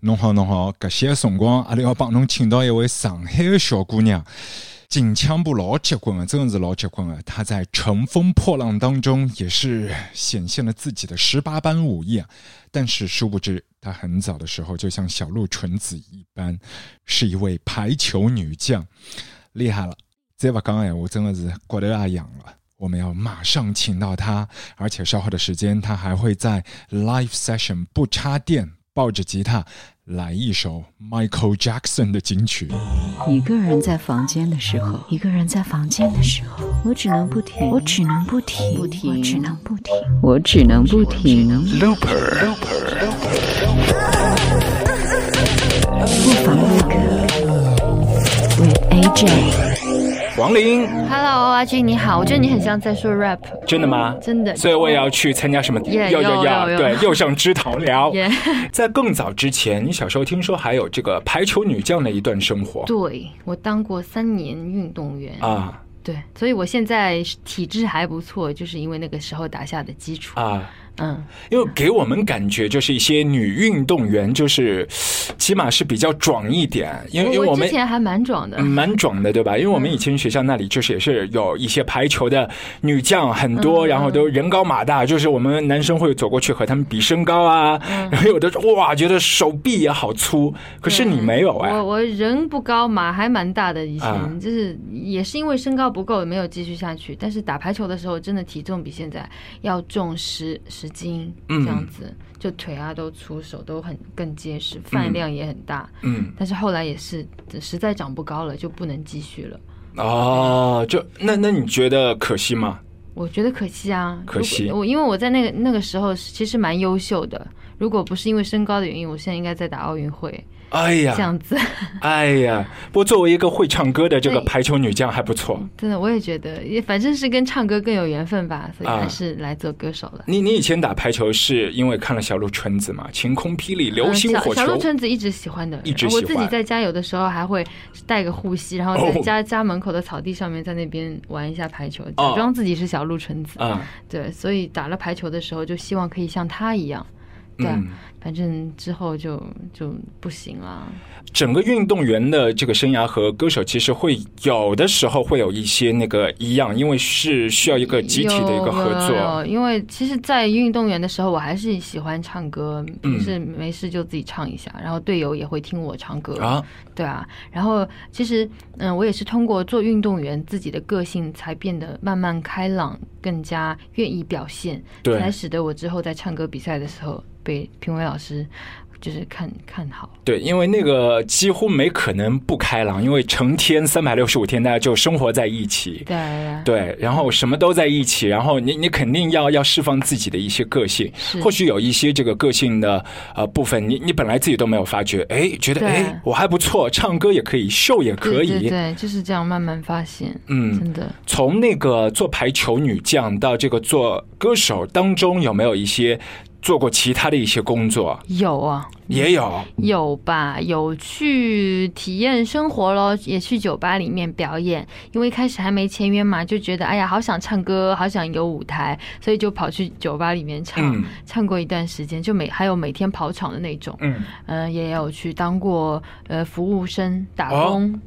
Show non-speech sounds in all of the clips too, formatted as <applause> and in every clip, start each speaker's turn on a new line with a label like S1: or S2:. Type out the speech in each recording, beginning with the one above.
S1: 侬好，侬好，搿些辰光阿拉要帮侬请到一位上海的小姑娘，近腔部老结棍的，真的是老结棍的。她在乘风破浪当中也是显现了自己的十八般武艺啊。但是殊不知，她很早的时候就像小鹿纯子一般，是一位排球女将，厉害了。再勿讲闲话，真的是骨头也痒了。我们要马上请到她，而且稍后的时间，她还会在 live session 不插电，抱着吉他来一首 Michael Jackson 的金曲。
S2: 一个人在房间的时候，
S3: 一个人在房间的时候，
S2: 我只能不停，
S3: 我只能不停，
S2: 不停
S3: 我只能不停。
S2: 我只能不停。
S3: 不妨录歌，with AJ。
S4: 王林，
S5: Hello，阿俊你好，我觉得你很像在说 rap，
S4: 真的吗？
S5: 真的
S4: 所以我也要去参加什么？
S5: Yeah，
S4: 要要，
S5: 要要
S4: 对，
S5: 要
S4: 又上枝头
S5: <laughs>
S4: 了。
S5: 耶
S4: 在更早之前，你小时候听说还有这个排球女将的一段生活
S5: 对我当过三年运动员，
S4: 啊
S5: 对，所以我现在体质还不错，就是因为那个时候打下的基础。
S4: 啊！
S5: 嗯，
S4: 因为给我们感觉就是一些女运动员，就是起码是比较壮一点，因为因为
S5: 我
S4: 们
S5: 之前还蛮壮的，
S4: 嗯蛮壮的，对吧？因为我们以前学校那里就是也是有一些排球的女将很
S5: 嗯
S4: 多，然后都人高马大，就是我们男生会走过去和他们比身高啊，
S5: 嗯
S4: 然后有的哇觉得手臂也好粗，可是你没有哎
S5: 我，我人不高嘛，还蛮大的，以前、
S4: 啊
S5: 就是也是因为身高不够，没有继续下去。但是打排球的时候，真的体重比现在要重十十斤
S4: 嗯
S5: 这样子，就腿啊都粗，手都很更结实，饭量也很大。
S4: 嗯
S5: 但是后来也是实在长不高了，就不能继续了。
S4: 哦，就那那你觉得可惜吗？
S5: 我觉得可惜啊，
S4: 可惜
S5: 如果我因为我在那个那个时候其实蛮优秀的，如果不是因为身高的原因，我现在应该在打奥运会
S4: 哎
S5: 这
S4: 呀，
S5: 样子。 <laughs>
S4: 哎呀，不过作为一个会唱歌的这个
S5: 对嗯
S4: 排球女将还不错。
S5: 真的，我也觉得，也反正是跟唱歌更有缘分吧，所以
S4: 啊
S5: 还是来做歌手了。
S4: 你你以前打排球是因为看了小鹿纯子嘛？晴空霹雳，流
S5: 嗯
S4: 星
S5: 小
S4: 火球。
S5: 小鹿春子一直喜欢的，
S4: 一直
S5: 我
S4: 喜
S5: 自己
S4: 欢
S5: 在家有的时候还会带个护膝，然后
S4: 哦
S5: 在家、家门口的草地上面，在那边玩一下排球，假
S4: 哦
S5: 装自己是小鹿春子。
S4: 啊，
S5: 对，所以打了排球的时候，就希望可以像他一样。对，
S4: 嗯
S5: 反正之后就就不行了。
S4: 整个运动员的这个生涯和歌手其实会有的时候会有一些那个一样，因为是需要一个集体的一个合
S5: 有有
S4: 作。
S5: 有因为其实，在运动员的时候，我还是喜欢唱歌，
S4: 嗯
S5: 平时没事就自己唱一下，然后队友也会听我唱歌，
S4: 啊，
S5: 对啊。然后其实，嗯，我也是通过做运动员自己的个性才变得慢慢开朗，更加愿意表现，
S4: 对
S5: 才使得我之后在唱歌比赛的时候被评委老师就是看看好。
S4: 对，因为那个几乎没可能不开朗，因为成天三百六十五天大家就生活在一起，
S5: 对啊，
S4: 对，然后什么都在一起，然后你你肯定要要释放自己的一些个性，
S5: 是
S4: 或许有一些这个个性的呃部分，你你本来自己都没有发觉，哎，觉得
S5: 对
S4: 哎我还不错，唱歌也可以，秀也可以，
S5: 对对对，就是这样慢慢发现，
S4: 嗯，
S5: 真的。
S4: 从那个做排球女将到这个做歌手当中，有没有一些做过其他的一些工作？
S5: 有啊，
S4: 也有
S5: 有吧？有去体验生活咯，也去酒吧里面表演。因为一开始还没签约嘛，就觉得哎呀，好想唱歌，好想有舞台，所以就跑去酒吧里面唱。
S4: 嗯
S5: 唱过一段时间，就每还有每天跑场的那种。
S4: 嗯，
S5: 嗯、也有去当过呃服务生打
S4: 哦
S5: 工，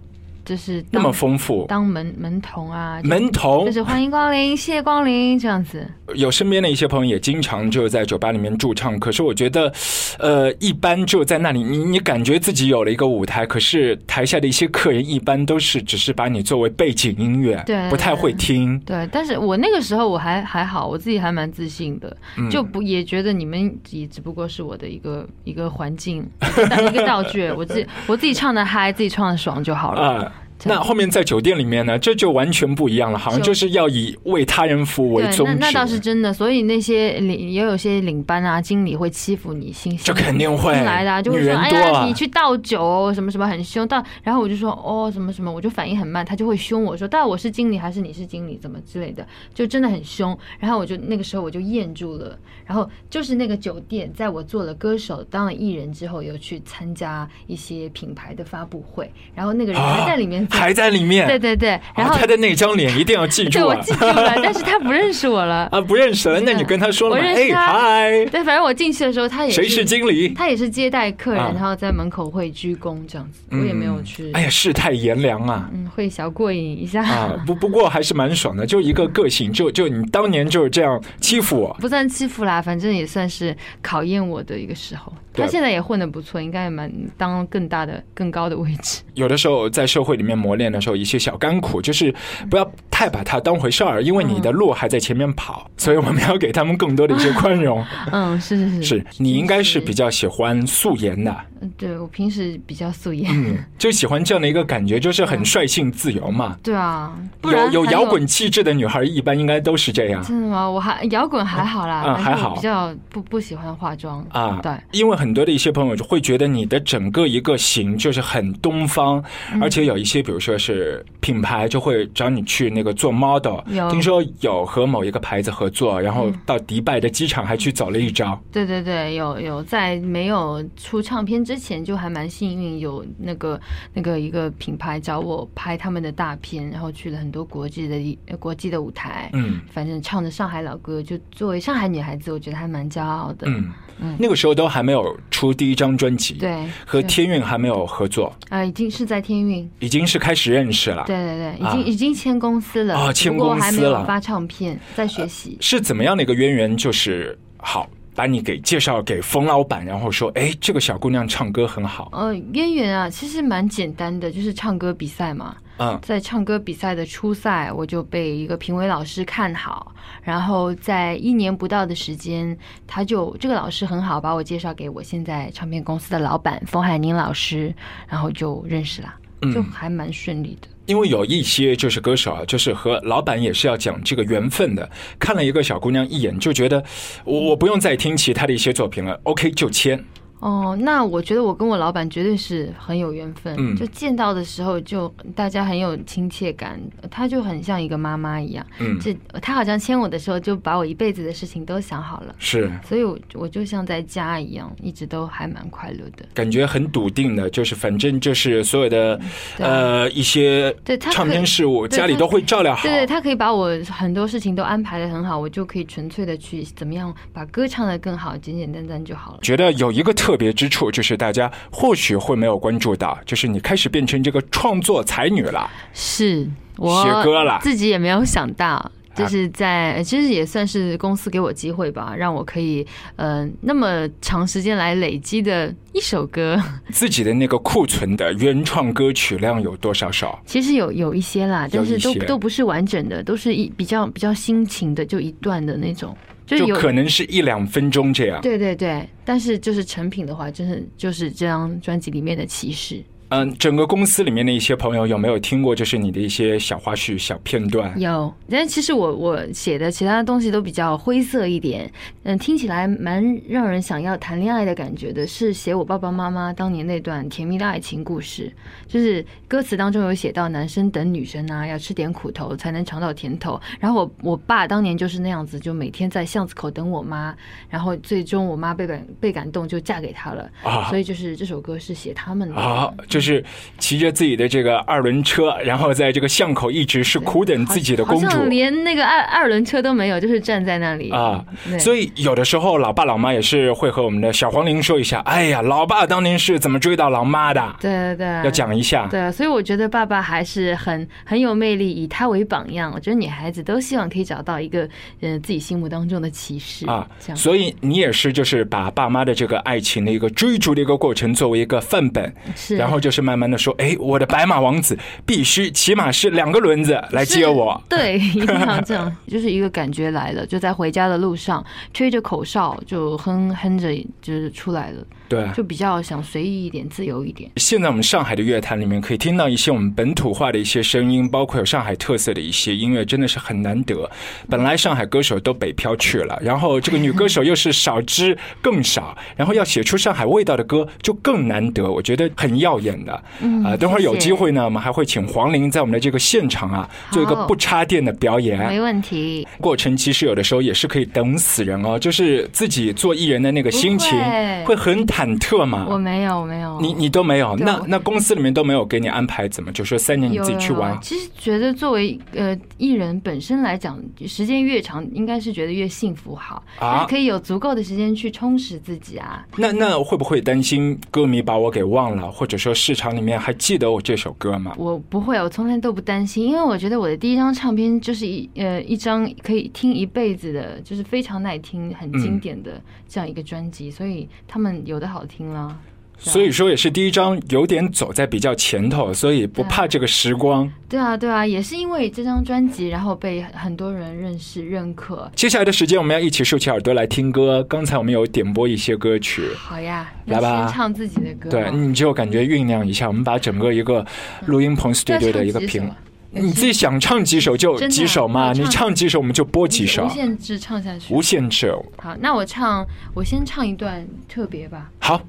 S5: 就是
S4: 那
S5: 当
S4: 么丰富。
S5: 当门门童啊，就是
S4: 门童
S5: 就是欢迎光临，谢谢光临这样子。
S4: 有身边的一些朋友也经常就在酒吧里面驻唱，可是我觉得，呃，一般就在那里，你你感觉自己有了一个舞台，可是台下的一些客人一般都是只是把你作为背景音乐，
S5: 对
S4: 不太会听。
S5: 对，但是我那个时候我还还好，我自己还蛮自信的，
S4: 嗯
S5: 就不也觉得你们也只不过是我的一个一个环境， <laughs> 一个道具，我自己我自己唱的嗨，自己唱的爽就好了。
S4: 啊、
S5: 这
S4: 那
S5: 样
S4: 后面在酒店里面呢，这就完全不一样了，好像就是要以为他人服务为
S5: 对，
S4: 宗
S5: 那
S4: 旨。
S5: 那倒是真的，所以那些领也有些领班啊、经理会欺负你，心
S4: 这肯定会
S5: 新来的、啊、就会
S4: 女
S5: 说：“
S4: 人
S5: 哎
S4: 多啊
S5: 呀，你去倒酒哦什么什么很凶。”但然后我就说：“哦，什么什么。”我就反应很慢，他就会凶我说：“但我是经理还是你是经理，怎么之类的，就真的很凶。”然后我就那个时候我就咽住了。然后就是那个酒店，在我做了歌手、当了艺人之后，有去参加一些品牌的发布会，然后那个人还在里面
S4: <laughs> 哦还在里面。
S5: 对对对，然后、
S4: 啊、他的那张脸一定要记
S5: 对
S4: 住
S5: 我
S4: 啊！
S5: 记住
S4: <laughs>
S5: 了，但是他不认识我了。
S4: 啊，不认识了，那你跟他说了吗？
S5: 我认
S4: 哎，
S5: 识他
S4: 嗨，
S5: 对，反正我进去的时候，他也
S4: 谁是经理？
S5: 他也是接待客人，
S4: 啊
S5: 然后在门口会鞠躬这样子，我也没有去，
S4: 嗯哎呀，世态炎凉啊！
S5: 嗯，会小过瘾一下，
S4: 啊，不不过还是蛮爽的，就一个个性，就就你当年就是这样欺负我，
S5: <laughs> 不算欺负啦，反正也算是考验我的一个时候。
S4: 对
S5: 他现在也混得不错，应该也蛮当更大的、更高的位
S4: <laughs>
S5: 置。
S4: 有的时候在社会里面磨练的时候，一些小甘苦，就是不要太把它当回事儿，因为你的路还在前面跑， <laughs> 所以我们要给他们更多的一些宽
S5: <laughs>
S4: 容。
S5: 嗯，是是是，
S4: 是你应该是比较喜欢素颜的，
S5: 嗯对我平时比较素颜。
S4: 嗯，就喜欢这样的一个感觉，就是
S5: 嗯
S4: 很率性自由嘛。
S5: 对啊，不然
S4: 有有
S5: 还
S4: 摇滚气质的女孩，一般应该都是这样。
S5: 真的吗？我还摇滚还好啦，
S4: 嗯
S5: 反正
S4: 还
S5: 我
S4: 好
S5: 比较不不喜欢化妆
S4: 啊，
S5: 嗯对，
S4: 因为很多的一些朋友就会觉得你的整个一个型就是很东方，
S5: 嗯
S4: 而且有一些比如说是品牌就会找你去那个做 model，
S5: 有嗯
S4: 听说有和某一个牌子合作，然后到迪拜的机场还去走了一遭，
S5: 对对对，有有在没有出唱片之前，就还蛮幸运，有那个那个一个品牌找我拍他们的大片，然后去了很多国际的一呃国际的舞台，
S4: 嗯
S5: 反正唱着上海老歌，就作为上海女孩子，我觉得还蛮骄傲的。
S4: 嗯，那个时候都还没有出第一张专辑，，
S5: 对，
S4: 和
S5: 是
S4: 天韵还没有合作，
S5: 啊，已经是在天韵，
S4: 已经是开始认识了，
S5: 对对对，已经、
S4: 啊
S5: 已经签公司了，
S4: 哦签
S5: 不过
S4: 公
S5: 还没
S4: 司
S5: 有
S4: 了啊
S5: 发唱片，在学习。
S4: 是怎么样的一个渊源？就是好。把你给介绍给冯老板，然后说，哎，这个小姑娘唱歌很好，
S5: 呃，渊源啊，其实蛮简单的，就是唱歌比赛嘛。
S4: 嗯，
S5: 在唱歌比赛的初赛，我就被一个评委老师看好，然后在一年不到的时间，他就这个老师很好，把我介绍给我现在唱片公司的老板冯海宁老师，然后就认识啦，
S4: 嗯
S5: 就还蛮顺利的。
S4: 因为有一些就是歌手啊，就是和老板也是要讲这个缘分的。嗯看了一个小姑娘一眼，就觉得我我不用再听其他的一些作品了，OK 就签。
S5: 哦，那我觉得我跟我老板绝对是很有缘分，
S4: 嗯
S5: 就见到的时候就大家很有亲切感，他就很像一个妈妈一样。
S4: 嗯，
S5: 这他好像签我的时候就把我一辈子的事情都想好了，
S4: 是
S5: 所以我我就像在家一样，一直都还蛮快乐的。
S4: 感觉很笃定的，就是反正就是所有的
S5: 对
S4: 呃一些
S5: 对他可以
S4: 唱片事务，
S5: 对
S4: 家里
S5: 他
S4: 都会照料好
S5: 对。对，他可以把我很多事情都安排的很好，我就可以纯粹的去怎么样把歌唱的更好，简简单单就好了。
S4: 觉得有一个特别之处，就是大家或许会没有关注到，就是你开始变成这个创作才女了。
S5: 是
S4: 写歌啊了
S5: 我自己也没有想到。就是在，呃其实也算是公司给我机会吧，让我可以，呃，那么长时间来累积的一首歌， <laughs>
S4: 自己的那个库存的原创歌曲量有多少首？
S5: 其实有有一些啦，
S4: 有
S5: 但
S4: 一
S5: 是都
S4: 些
S5: 都不是完整的，都是一比较比较心情的，就一段的那种，就是
S4: 就
S5: 有
S4: 可能是一两分钟这样。
S5: 对对对。但是就是成品的话，真是就是这张专辑里面的骑士
S4: 嗯，整个公司里面的一些朋友有没有听过，就是你的一些小花絮、小片段？
S5: 有。但其实我我写的其他东西都比较灰色一点，嗯，听起来蛮让人想要谈恋爱的感觉的，是写我爸爸妈妈当年那段甜蜜的爱情故事，就是歌词当中有写到男生等女生啊，要吃点苦头才能尝到甜头。然后我我爸当年就是那样子，就每天在巷子口等我妈，然后最终我妈被感被感动就嫁给他了。
S4: 啊
S5: 所以就是这首歌是写他们的。
S4: 啊，就是骑着自己的这个二轮车，然后在这个巷口一直是苦等自己的
S5: 好
S4: 公主
S5: 像连那个二二轮车都没有，就是站在那里
S4: 啊。
S5: 对
S4: 所以有的时候老爸老妈也是会和我们的小黄龄说一下，哎呀，老爸当年是怎么追到老妈的，
S5: 对对对，
S4: 要讲一下。
S5: 啊对啊，所以我觉得爸爸还是很很有魅力，以他为榜样。我觉得女孩子都希望可以找到一个，嗯、自己心目当中的骑士
S4: 啊
S5: 这，样。
S4: 所以你也是就是把爸妈的这个爱情的一个追逐的一个过程作为一个范本，
S5: 是
S4: 然后就是慢慢的说，哎，我的白马王子必须起码是两个轮子来接我。 <laughs>
S5: 对，一定要这样，就是一个感觉来了，就在回家的路上，吹着口哨就哼哼着，就是出来了，
S4: 对，
S5: 就比较想随意一点，自由一点。
S4: 现在我们上海的乐坛里面可以听到一些我们本土化的一些声音，包括有上海特色的一些音乐，真的是很难得。本来上海歌手都北漂去了，然后这个女歌手又是少之更少，然后要写出上海味道的歌就更难得，我觉得很耀眼的。
S5: 嗯
S4: 啊，等会儿有
S5: 谢谢
S4: 机会呢，我们还会请黄龄在我们的这个现场啊，做一个
S5: 好
S4: 不插电的表演。
S5: 没问题，
S4: 过程其实有的时候也是可以等死人哦，就是自己做艺人的那个心情
S5: 不会
S4: 会很忐忑
S5: 我
S4: 吗？
S5: 没有，我没有。
S4: 你你都没有，
S5: 对
S4: 那
S5: 我
S4: 那公司里面都没有给你安排，怎么就说三年你
S5: 有
S4: 自己去
S5: 有有
S4: 玩？
S5: 其实觉得作为呃艺人本身来讲，时间越长，应该是觉得越幸福好，
S4: 啊
S5: 就是可以有足够的时间去充实自己啊。
S4: 那那会不会担心歌迷把我给忘了，或者说市场里面还记得我这首歌吗？
S5: 我不会，我从来都不担心，因为我觉得我的第一张唱片就是一呃一张可以听一辈子的，就是非常耐听、很经典的这样一个专辑，所以他们有的好听啦。啊
S4: 所以说也是第一张有点走在比较前头，所以不怕这个时光。
S5: 对啊，对啊，也是因为这张专辑，然后被很多人认识、认可。
S4: 接下来的时间我们要一起竖起耳朵来听歌。刚才我们有点播一些歌曲，
S5: 好呀，
S4: 来
S5: 要
S4: 吧
S5: 先唱自己的歌
S4: 对
S5: 嘛。
S4: 你就感觉酝酿一下，我们把整个一个录音棚 studio 的一个
S5: 要唱几
S4: 屏
S5: 首啊，
S4: 你自己想唱几首就
S5: 真的啊
S4: 几首嘛，
S5: 我唱
S4: 你唱几首我们就播几首
S5: 无，限制唱下去
S4: 无。限制。
S5: 好，那我唱，我先唱一段特别吧。
S4: 好，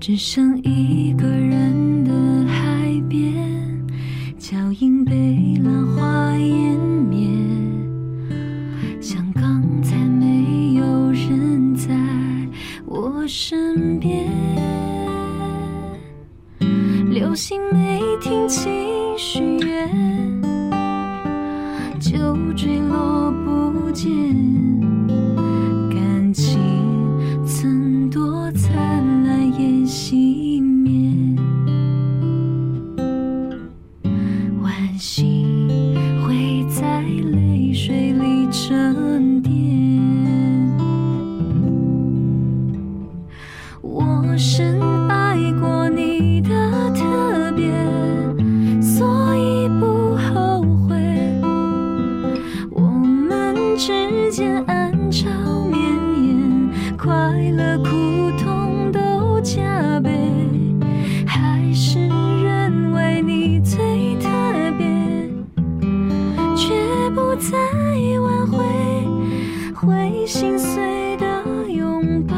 S3: 只剩一个人的海边，脚印被浪花湮灭，像刚才没有人在我身边。流星没停起许愿，就坠落不见。感情曾多灿烂也熄灭，惋惜会在泪水里沉淀。我深爱过你的特别，所以不后悔。我们之间暗潮绵延，快乐苦痛都加倍，还是认为你最特别，却不再挽回，会心碎的拥抱，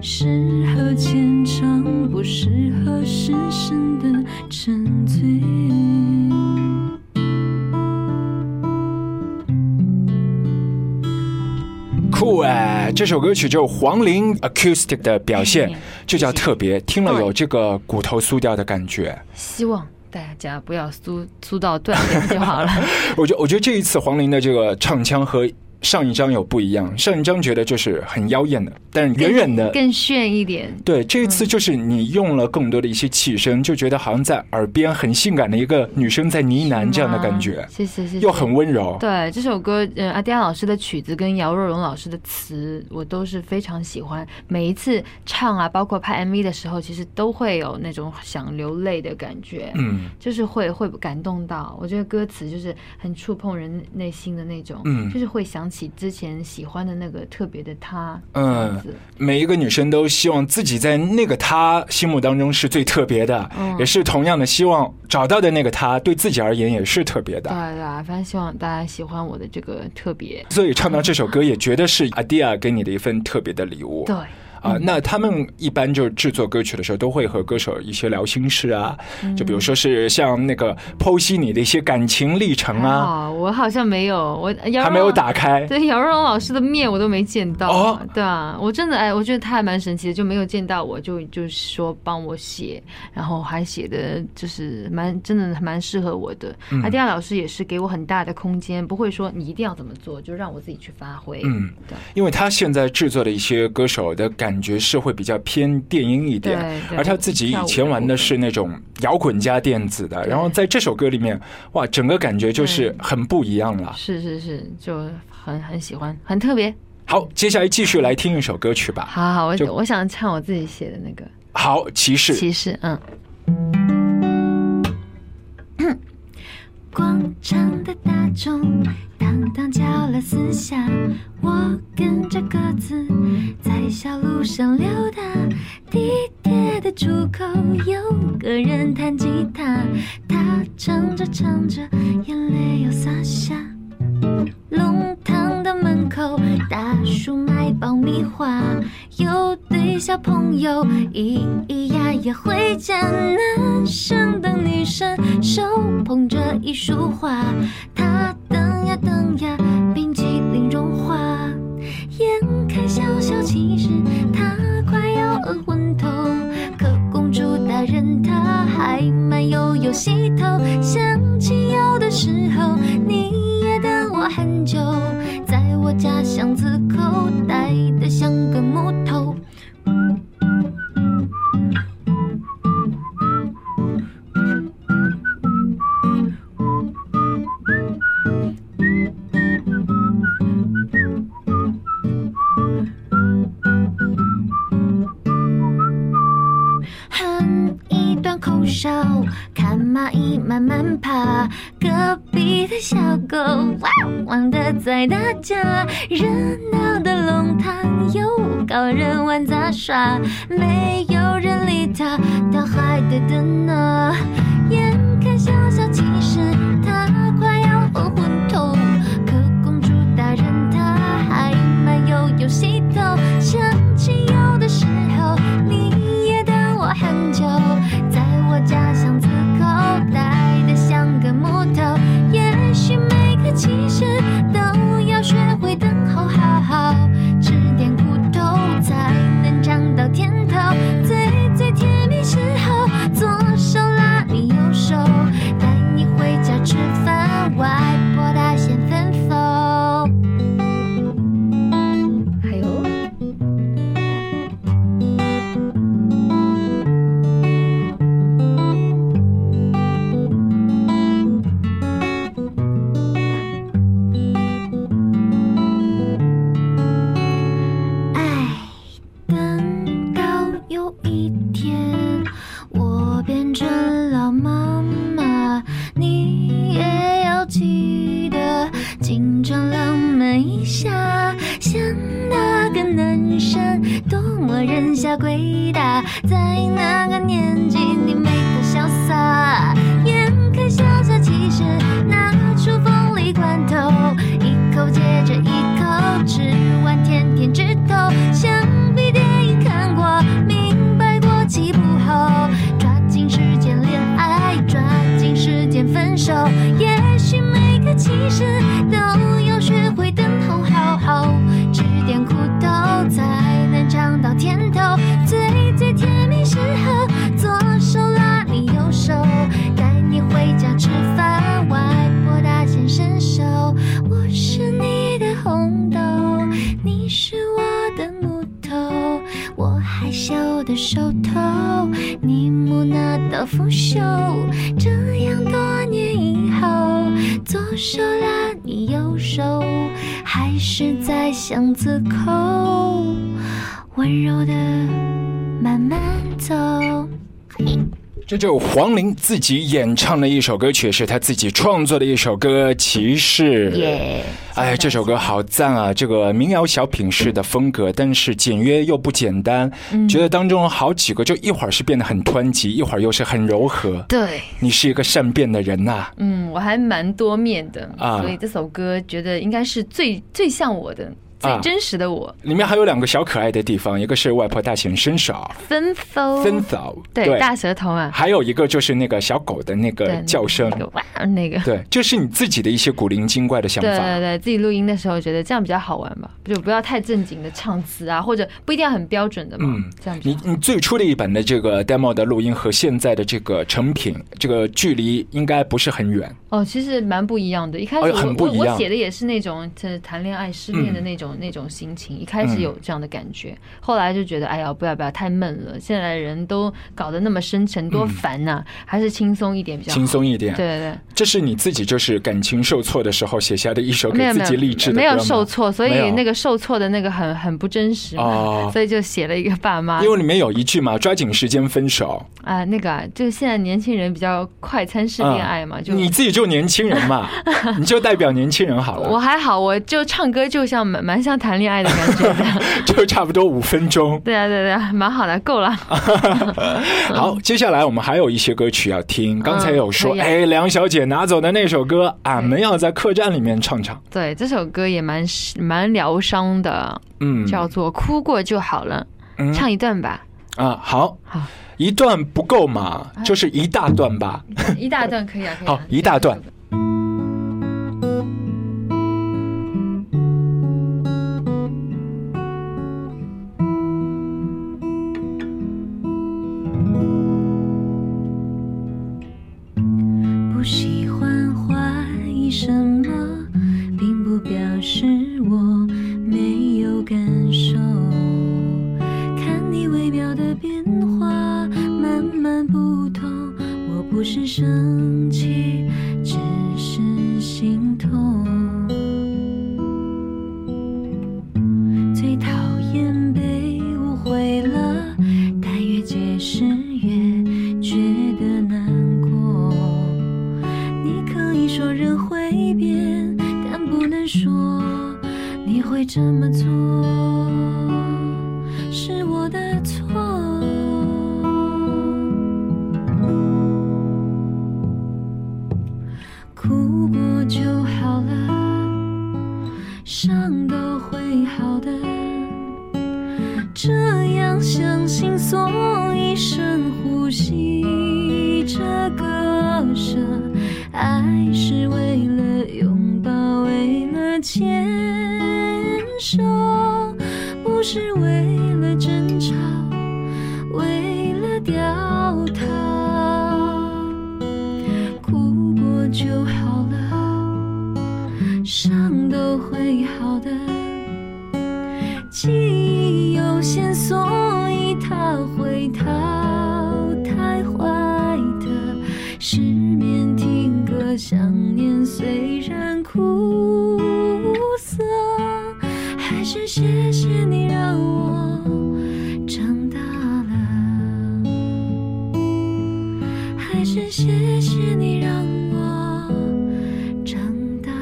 S3: 适合虔诚，不适合深深的沉醉。
S4: 酷哎！这首歌曲就是黄龄 acoustic 的表现，就叫特别，听了有这个骨头酥掉的感
S5: <laughs>
S4: 觉。
S5: 希望大家不要酥酥到断掉
S4: <laughs>
S5: 就好了。
S4: 我觉我觉得这一次黄龄的这个唱腔和上一张有不一样，上一张觉得就是很妖艳的，但远远的
S5: 更炫一点。
S4: 对，这一次就是你用了更多的一些气声，就觉得好像在耳边很性感的一个女生在呢喃这样的感觉
S5: 啊，谢谢谢谢，
S4: 又很温柔。
S5: 对这首歌，呃，阿迪亚老师的曲子跟姚若龙老师的词，我都是非常喜欢。每一次唱啊，包括拍 MV 的时候，其实都会有那种想流泪的感觉，
S4: 嗯，
S5: 就是会会感动到。我觉得歌词就是很触碰人内心的那种，
S4: 嗯
S5: 就是会想起之前喜欢的那个特别的他，
S4: 嗯
S5: 这样子
S4: 每一个女生都希望自己在那个她心目当中是最特别的，
S5: 嗯
S4: 也是同样的希望找到的那个她对自己而言也是特别的。
S5: 对对啊，反正希望大家喜欢我的这个特别，
S4: 所以唱到这首歌，也觉得是阿迪亚给你的一份特别的礼物。
S5: 对。嗯
S4: 啊，那他们一般就是制作歌曲的时候，都会和歌手一些聊心事啊，
S5: 嗯
S4: 就比如说是像那个剖析你的一些感情历程
S5: 还
S4: 啊，
S5: 好我好像没有，我姚
S4: 还
S5: 若
S4: 没有
S5: 龙
S4: 打开。
S5: 对姚若龙老师的面我都没见到，
S4: 哦
S5: 对啊，我真的哎，我觉得他还蛮神奇的，就没有见到我就就是说帮我写，然后还写的就是蛮真的蛮适合我的。
S4: 嗯
S5: 阿迪亚老师也是给我很大的空间，不会说你一定要怎么做，就让我自己去发挥。
S4: 嗯
S5: 对，啊
S4: 因为他现在制作的一些歌手的感觉是会比较偏电音一点
S5: 对，对
S4: 而他自己以前玩的是那种摇滚加电子的，然后在这首歌里面，哇，整个感觉就是很不一样了。
S5: 是是是，就很很喜欢，很特别。
S4: 好，接下来继续来听一首歌曲吧。
S5: 好好好，
S4: 就
S5: 我我想唱我自己写的那个。
S4: 好，骑士，
S5: 骑士，嗯，
S3: 广场的大钟当当敲了四下，我跟着鸽子在小路上溜达。地铁的出口有个人弹吉他，他唱着唱着，眼泪又洒下。弄堂的门口，大叔卖迷惑，有对小朋友咿咿呀呀会见男生等女生手捧着一束花，他等呀等呀，冰淇淋融化，眼看小小骑士他快要饿昏头，可公主大人她还慢悠悠洗头，想起有的时候你也等我很久，在我家巷子口待得像个木头。哼一段口哨，看蚂蚁慢慢爬。隔壁的小狗汪汪的在打架，热闹的弄堂有高人玩杂耍，没有人理它，它还得等呢。眼看小小骑士它快要饿昏头，可公主大人她还慢悠悠洗头，想起有的时候你也等我很久，在我家巷子口待得像个木头。也许每个骑士都要学会等候，好好吃点苦头，才能尝到甜头。最最甜蜜时候，左手拉你右手，带你回家吃饭，外婆大显身手。
S5: 还有
S3: 唉，等到哎有一天我变成老妈妈，你也要记得经常浪漫一下，像那个男生多么扔下鬼打，在那个年纪你美得潇洒，眼看小小骑士拿出凤梨罐头，一口接着一口吃完甜甜枝头，想必电影看过，明白过起步后，抓紧时间恋爱，抓紧时间分手。也许每个骑士都要学会等候，好好吃点苦头，才能尝到甜头。最最甜蜜时候，左手拉你右手，带你回家吃饭，外婆大显身手。我是你的红豆，你是我的木头，我害羞的手头，你木讷的腐朽。这样多年以后，左手拉你右手，还是在巷子口，温柔的慢慢走。
S4: 这就黄龄自己演唱的一首歌曲，是她自己创作的一首歌《骑士》。
S5: 耶，
S4: 哎，这首歌好赞啊！这个民谣小品式的风格，但是简约又不简单。
S5: 嗯
S4: 觉得当中好几个，就一会儿是变得很湍急，一会儿又是很柔和。
S5: 对，
S4: 你是一个善变的人呐、
S5: 嗯，我还蛮多面的，
S4: 啊
S5: 所以这首歌觉得应该是最最像我的、
S4: 啊
S5: 最真实的我。
S4: 里面还有两个小可爱的地方，一个是外婆大显身手，
S5: 分手，
S4: 分手，
S5: 哦对，大舌头啊，
S4: 还有一个就是那个小狗的那个
S5: 对，
S4: 叫声
S5: 那，个哇，那个。
S4: 对，这是你自己的一些古灵精怪的想
S5: 对对
S4: 法。
S5: 对，自己录音的时候觉得这样比较好玩吧，就不要太正经的唱词啊，或者不一定要很标准的嘛，
S4: 嗯
S5: 这样比
S4: 你
S5: 较好。
S4: 你最初的一版的这个 demo 的录音和现在的这个成品，这个距离应该不是很远。
S5: 哦，其实蛮不一样的。一开始
S4: 哎
S5: 我、
S4: 很不一
S5: 我
S4: 样嗯
S5: 我写的也是那种这谈恋爱失恋的那种、那种心情，一开始有这样的感觉，后来就觉得哎呀不要不要太闷了，现在人都搞得那么深沉，多烦呐、还是轻松一点比较
S4: 嗯
S5: 好。
S4: 轻松一点。
S5: 对对
S4: 这是你自己就是感情受挫的时候写下的一首
S5: 对，没
S4: 给
S5: 有
S4: 自
S5: 没
S4: 己励
S5: 有
S4: 志的
S5: 没
S4: 歌
S5: 有
S4: 吗
S5: 受挫，所
S4: 没有
S5: 以那个受挫的那个很很不真实嘛，
S4: 哦
S5: <laughs> 所以就写了一个爸妈。
S4: 因为里面有一句嘛，抓紧时间分手。
S5: 啊，那个啊，就是现在年轻人比较快餐式恋爱嘛，
S4: 嗯
S5: 就 <laughs>
S4: 你自己就年轻人嘛，你就代表年轻人好
S5: 我
S4: 了。
S5: 还好，我就唱歌就像蛮蛮蛮像谈恋爱的感觉
S4: <laughs>
S5: 的。
S4: 就差不多五分钟。
S5: 对啊，对啊对啊，蛮好的，够了。嗯
S4: 好，接下来我们还有一些歌曲要听。刚才有说，
S5: 可以啊
S4: 哎，梁小姐拿走的那首歌，俺们要在客栈里面唱唱。
S5: 对，这首歌也蛮蛮疗伤的，
S4: 嗯，
S5: 叫做《哭过就好了》，
S4: 嗯
S5: 唱一段吧。
S4: 啊，好
S5: 好，哎
S4: 一段不够嘛，就是一大段吧。
S5: 一大段可以啊，可以啊
S4: 好一大段。
S3: 不喜欢怀疑什么，并不表示我没有感受。看你微妙的变化，慢慢不同。我不是生气，只是心痛。最讨厌被误会了，但越解释越觉得难过。你可以说人会变，但不能说你会这么做，是我的错。哭过就好了。伤都会好的。这样相信，所以深呼吸这个舍，爱是为了拥抱，为了牵手，不是为了争吵，为了掉逃，哭过就好了。伤都会好的。记忆有限，所以它会淘汰坏的。失眠听歌，想念虽然苦涩，还是谢谢你让我长大了，还是谢谢你让我。长大了。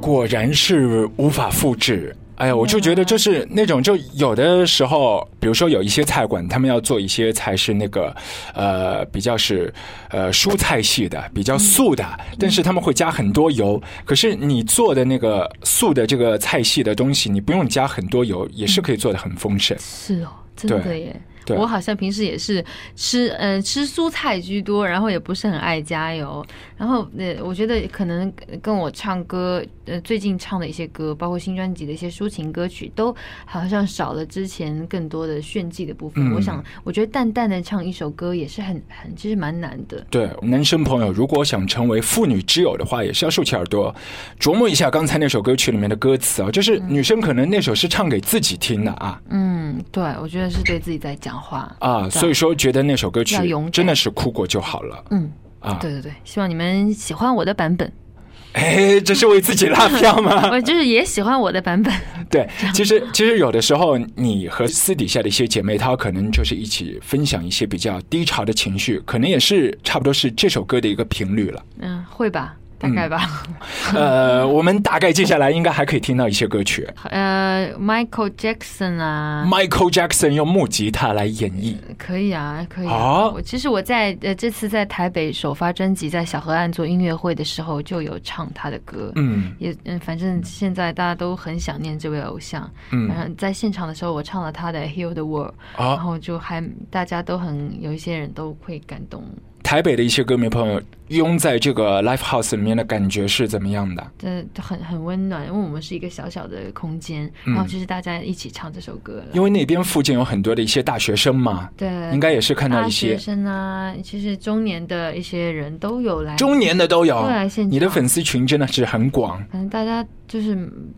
S4: 果然是无法复制。哎呀，我就觉得就是那种，就有的时候，比如说有一些菜馆，他们要做一些菜是那个，呃，比较是呃蔬菜系的，比较素的，但是他们会加很多油。可是你做的那个素的这个菜系的东西，你不用加很多油，也是可以做的很丰盛。
S5: 是哦，真的
S4: 对
S5: 耶。
S4: 对
S5: 我好像平时也是吃，嗯、吃蔬菜居多，然后也不是很爱加油。然后，呃，我觉得可能跟我唱歌，呃，最近唱的一些歌，包括新专辑的一些抒情歌曲，都好像少了之前更多的炫技的部分。
S4: 嗯
S5: 我想，我觉得淡淡的唱一首歌也是很很，其实蛮难的。
S4: 对，男生朋友如果想成为妇女之友的话，也是要竖起耳朵，琢磨一下刚才那首歌曲里面的歌词啊，就是女生可能那首是唱给自己听的啊
S5: 嗯，对，我觉得是对自己在讲话。
S4: 啊，所以说觉得那首歌曲
S5: 要勇敢
S4: 真的是哭过就好了。
S5: 嗯，
S4: 啊，
S5: 对对对，希望你们喜欢我的版本，
S4: 哎，这是为自己拉票
S5: <laughs>
S4: 吗？
S5: 我就是也喜欢我的版本。
S4: 对，其实其实有的时候，你和私底下的一些姐妹，她可能就是一起分享一些比较低潮的情绪，可能也是差不多是这首歌的一个频率
S5: <laughs>
S4: 了。
S5: 嗯，会吧，大概吧。
S4: 呃，我们大概接下来应该还可以听到一些歌曲
S5: 呃，Michael Jackson 啊，
S4: ，Michael Jackson 用木吉他来演绎。
S5: 可以啊，可以、
S4: 啊
S5: 我其实我在呃这次在台北首发专辑在小河岸做音乐会的时候，就有唱他的歌。
S4: 嗯
S5: 也嗯，反正现在大家都很想念这位偶像。
S4: 嗯
S5: 然后在现场的时候，我唱了他的《Heal the World》，然
S4: 啊，
S5: 后就还大家都很有一些人都会感动。
S4: 台北的一些歌迷朋友拥在这个 Live House 里面的感觉是怎么样的？
S5: 这很很温暖，因为我们是一个小小的空间，
S4: 嗯
S5: 然后就是大家一起唱这首歌，
S4: 因为那边附近有很多的一些大学生嘛，
S5: 对，
S4: 应该也是看到
S5: 大
S4: 一
S5: 学
S4: 些
S5: 生啊，其实中年的一些人都有来，
S4: 中年的都有
S5: 对啊现。场
S4: 你的粉丝群真的是很广，
S5: 反正大家就是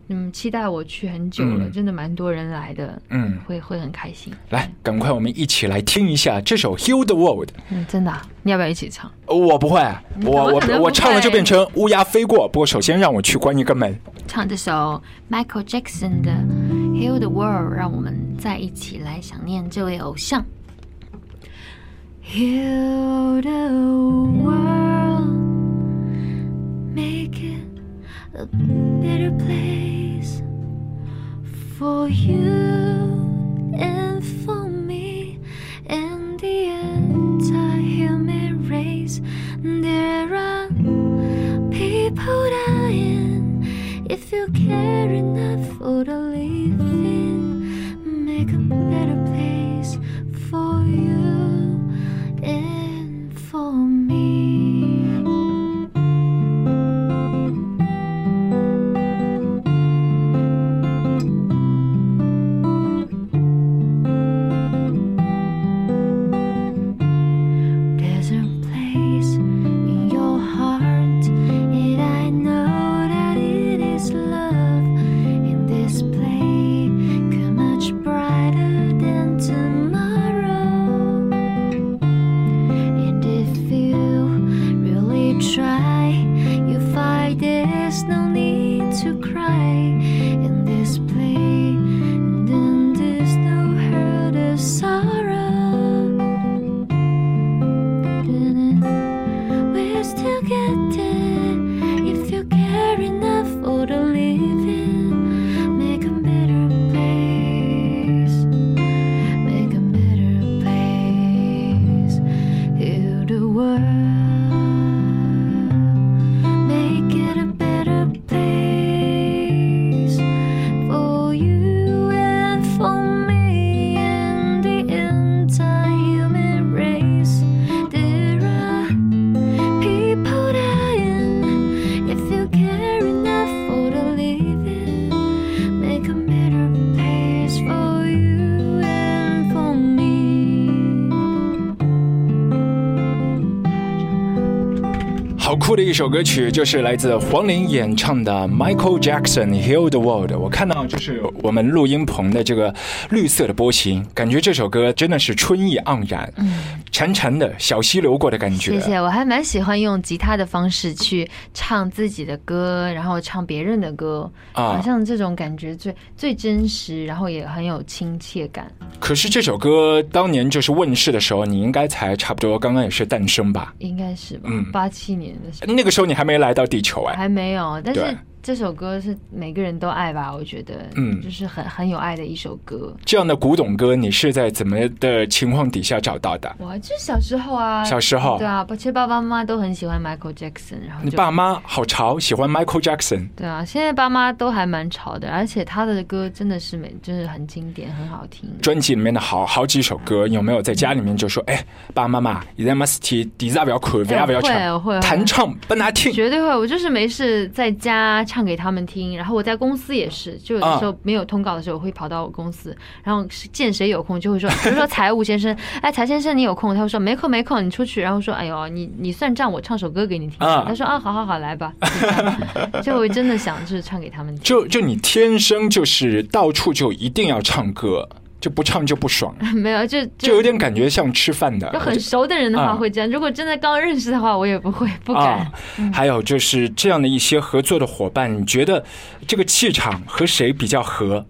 S5: 嗯期待我去很久了，
S4: 嗯
S5: 真的蛮多人来的，
S4: 嗯，
S5: 会会很开心，
S4: 来，赶快我们一起来听一下这首《Heal the World
S5: 嗯，真的啊、你要不要一起唱？》。
S4: 我不会，啊我
S5: 嗯怎么可能
S4: 我
S5: 不
S4: 我
S5: 会
S4: 唱了就变成乌鸦飞过。不过首先让我去关一个门。
S5: 唱这首 Michael Jackson 的《Heal the World》，让我们再一起来想念这位偶像。
S3: Heal the world, make it a better place for you and for me and the entire human race. There are people dying. If you care enough for the living, make a better place for you and for me. There's a place in your heart, and I know that it is love. In this play, come much brighter than tomorrow. And if you really try, you find there's no need to cry. In this play, then there's no hurt or sorrow. We'll still get there if you care enough for the living. Make a better place. Make a better place. Heal the world. Make it a better place for you and for me and the entire human race. There are people dying. If you care enough for the living, make a better place for you and for me.
S4: 好酷的一首歌曲，就是来自黄龄演唱的 Michael Jackson Heal the World。我看到就是我们录音棚的这个绿色的波形，感觉这首歌真的是春意盎然，潺潺的小溪流过的感觉。
S5: 嗯谢谢，我还蛮喜欢用吉他的方式去唱自己的歌，然后唱别人的歌，
S4: 啊
S5: 好像这种感觉最最真实，然后也很有亲切感。
S4: 可是这首歌当年就是问世的时候，你应该才差不多刚刚也是诞生吧？
S5: 应该是吧
S4: 嗯，
S5: 八七、年的时候
S4: 那个时候你还没来到地球哎，
S5: 还没有，但
S4: 对
S5: 是这首歌是每个人都爱吧？我觉得，
S4: 嗯
S5: 就是很很有爱的一首歌。
S4: 这样的古董歌你是在怎么的情况底下找到的？
S5: 哇，就是小时候啊，
S4: 小时候
S5: 对啊，其实爸爸妈妈都很喜欢 Michael Jackson，然后
S4: 你
S5: 就
S4: 爸妈好潮，喜欢 Michael Jackson，
S5: 对啊，现在爸妈都还蛮吵的，而且他的歌真的是每就是很经典，很好听。
S4: 专辑里面的好好几首歌，有没有在家里面就说，哎，爸妈妈，你在 must 底下不要哭，不要不要
S5: 哎我会
S4: 唱，
S5: 我会
S4: 弹唱不拿 <laughs> 听，
S5: 绝对会，我就是没事在家唱给他们听，然后我在公司也是，就有的
S4: 啊
S5: 时候没有通告的时候，我会跑到我公司，然后是见谁有空就会说， <laughs> 比如
S4: <laughs>
S5: 说财务先生，哎，财先生你有空？他会说没空没空，你出去，然后说哎呦你你算账，我唱首歌给你听。
S4: 啊
S5: 他说啊好好好来吧， <laughs> 就这样就我真的想就是唱给他们听，
S4: 就就你天生就是到处就一定要唱歌，就不唱就不
S5: <laughs>
S4: 爽，
S5: 没有就
S4: 就有点感觉像吃饭的，
S5: 就很熟的人的话
S4: 啊
S5: 会这样，如果真的刚认识的话，我也不会不敢。嗯
S4: 啊。还有就是这样的一些合作的伙伴，你觉得这个气场和谁比较合？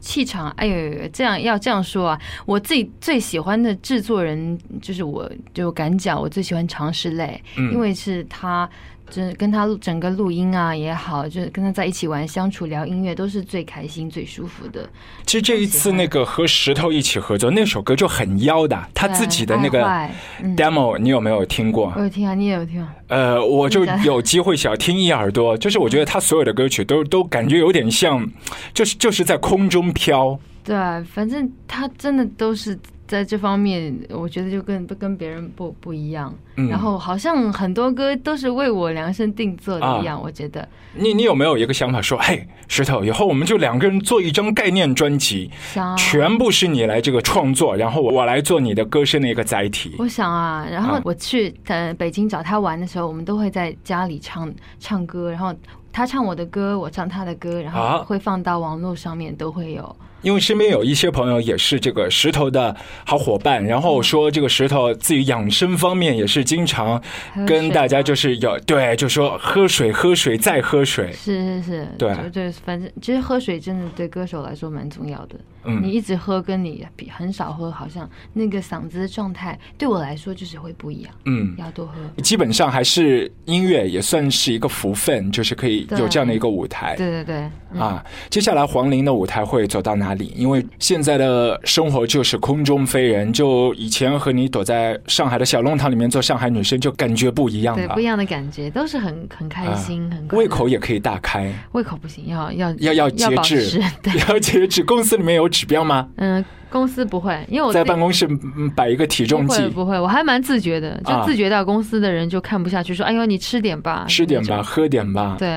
S5: 气场，哎呦呦呦，这样要这样说啊！我自己最喜欢的制作人就是我，就敢讲，我最喜欢常石磊，
S4: 嗯
S5: 因为是他，真跟他录整个录音啊也好，就是跟他在一起玩、相处、聊音乐，都是最开心、最舒服的。
S4: 其实这一次那个和石头一起合作那首歌就很妖的，他自己的那个
S5: 对爱坏嗯
S4: demo 你有没有听过
S5: 我？有听啊，你也有听啊，
S4: 呃，我就有机会想听一耳朵，就是我觉得他所有的歌曲都都感觉有点像，就是就是在空中飘。
S5: 对啊，反正他真的都是在这方面，我觉得就跟跟别人不不一样。
S4: 嗯
S5: 然后好像很多歌都是为我量身定做
S4: 啊
S5: 的一样，我觉得。
S4: 你你有没有一个想法说，嘿，石头，以后我们就两个人做一张概念专辑，
S5: 想啊
S4: 全部是你来这个创作，然后我我来做你的歌声的一个载体。
S5: 我想啊，然后
S4: 啊
S5: 我去呃北京找他玩的时候，我们都会在家里唱唱歌，然后他唱我的歌，我唱他的歌，然
S4: 啊
S5: 后会放到网络上面都会有。
S4: 因为身边有一些朋友也是这个石头的好伙伴，然后说这个石头自己养生方面也是经常
S5: 喝
S4: 跟
S5: 水
S4: 大家
S5: 吗
S4: 就是有对，就说喝水喝水再喝水，
S5: 是是是，
S4: 对
S5: 就对，反正其实喝水真的对歌手来说蛮重要的。你
S4: 嗯，
S5: 一直喝跟你比很少喝，好像那个嗓子的状态对我来说就是会不一样。
S4: 嗯
S5: 要多喝。
S4: 基本上还是音乐也算是一个福分，就是可以
S5: 对
S4: 有这样的一个舞台。
S5: 对对对，嗯
S4: 啊，接下来黄龄的舞台会走到哪里？因为现在的生活就是空中飞人，就以前和你躲在上海的小弄堂里面做上海女生，就感觉不一样
S5: 对
S4: 了
S5: 不一。样的感觉，都是很很开心，很
S4: 啊
S5: 快乐
S4: 胃口也可以大开，
S5: 胃口不行，要要
S4: 要要节
S5: 保
S4: 制 <laughs>
S5: 持。对，
S4: 了解指公司里面有指标吗？
S5: 嗯，公司不会，因为我
S4: 在
S5: 自己
S4: 办公室嗯摆一个体重
S5: 不会
S4: 计，
S5: 不会，我还蛮自觉的，
S4: 啊
S5: 就自觉到公司的人就看不下去，说：“哎呦，你吃点吧，
S4: 吃点吧，。喝点”吧，
S5: 对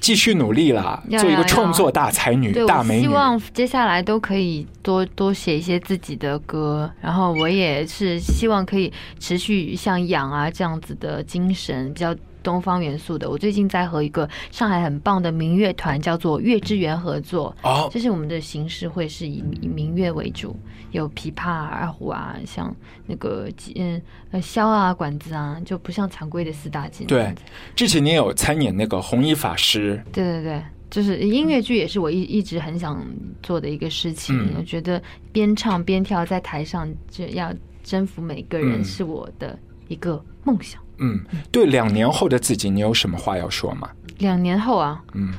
S4: 继续努力啦，
S5: 要
S4: 做一个
S5: 要
S4: 创
S5: 要
S4: 作大才女、
S5: 对，
S4: 大
S5: 我
S4: 美
S5: 希
S4: 女。
S5: 望接下来都可以多多写一些自己的歌，然后我也是希望可以持续像养啊这样子的精神，比较东方元素的。我最近在和一个上海很棒的民乐团叫做乐之源合作，
S4: 哦，嗯
S5: 就是我们的形式会是以以民乐为主，有琵琶啊、二胡啊，像那个吉嗯呃箫啊、管子啊，就不像常规的四大件。
S4: 对，之前你有参演那个红衣法师，
S5: 对对对，就是音乐剧也是我一一直很想做的一个事情。
S4: 嗯
S5: 我觉得边唱边跳在台上，就要征服每个
S4: 嗯
S5: 人是我的一个梦想。
S4: 嗯，对，两年后的自己，你有什么话要说吗？
S5: 两年后啊，
S4: <laughs> 嗯，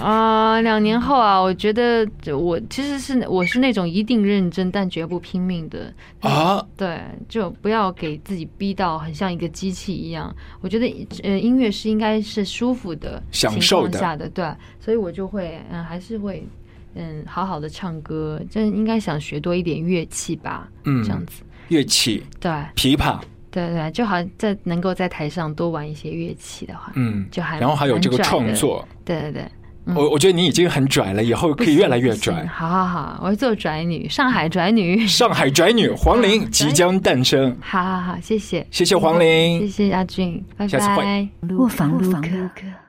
S5: 啊、两年后啊，我觉得我其实是我是那种一定认真但绝不拼命的
S4: 啊，
S5: 对，就不要给自己逼到很像一个机器一样。我觉得，呃，音乐是应该是舒服的
S4: 享
S5: 情
S4: 受
S5: 况
S4: 的
S5: 下的，对，所以我就会，嗯，还是会，嗯，好好的唱歌。真应该想学多一点乐器吧，
S4: 嗯
S5: 这样子，
S4: 乐器
S5: 对，
S4: 琵琶，
S5: 对对，就好像在能够在台上多玩一些乐器的话，
S4: 嗯，
S5: 就还
S4: 然后还有
S5: 蛮
S4: 这个
S5: 拽
S4: 创
S5: 的，
S4: 作，
S5: 对对对，嗯
S4: 我我觉得你已经很拽了，以后可以
S5: 不
S4: 越
S5: 行
S4: 来越
S5: 不行
S4: 拽。
S5: 好好好，我会做拽女，上海拽 <laughs> 女，
S4: 上海拽女
S5: 啊
S4: 黄龄即将诞生，
S5: 好好好，谢谢，
S4: 谢谢黄龄
S5: 谢。谢阿俊，拜
S4: 下次会
S5: 拜。
S2: 卧房录客。
S3: 哥。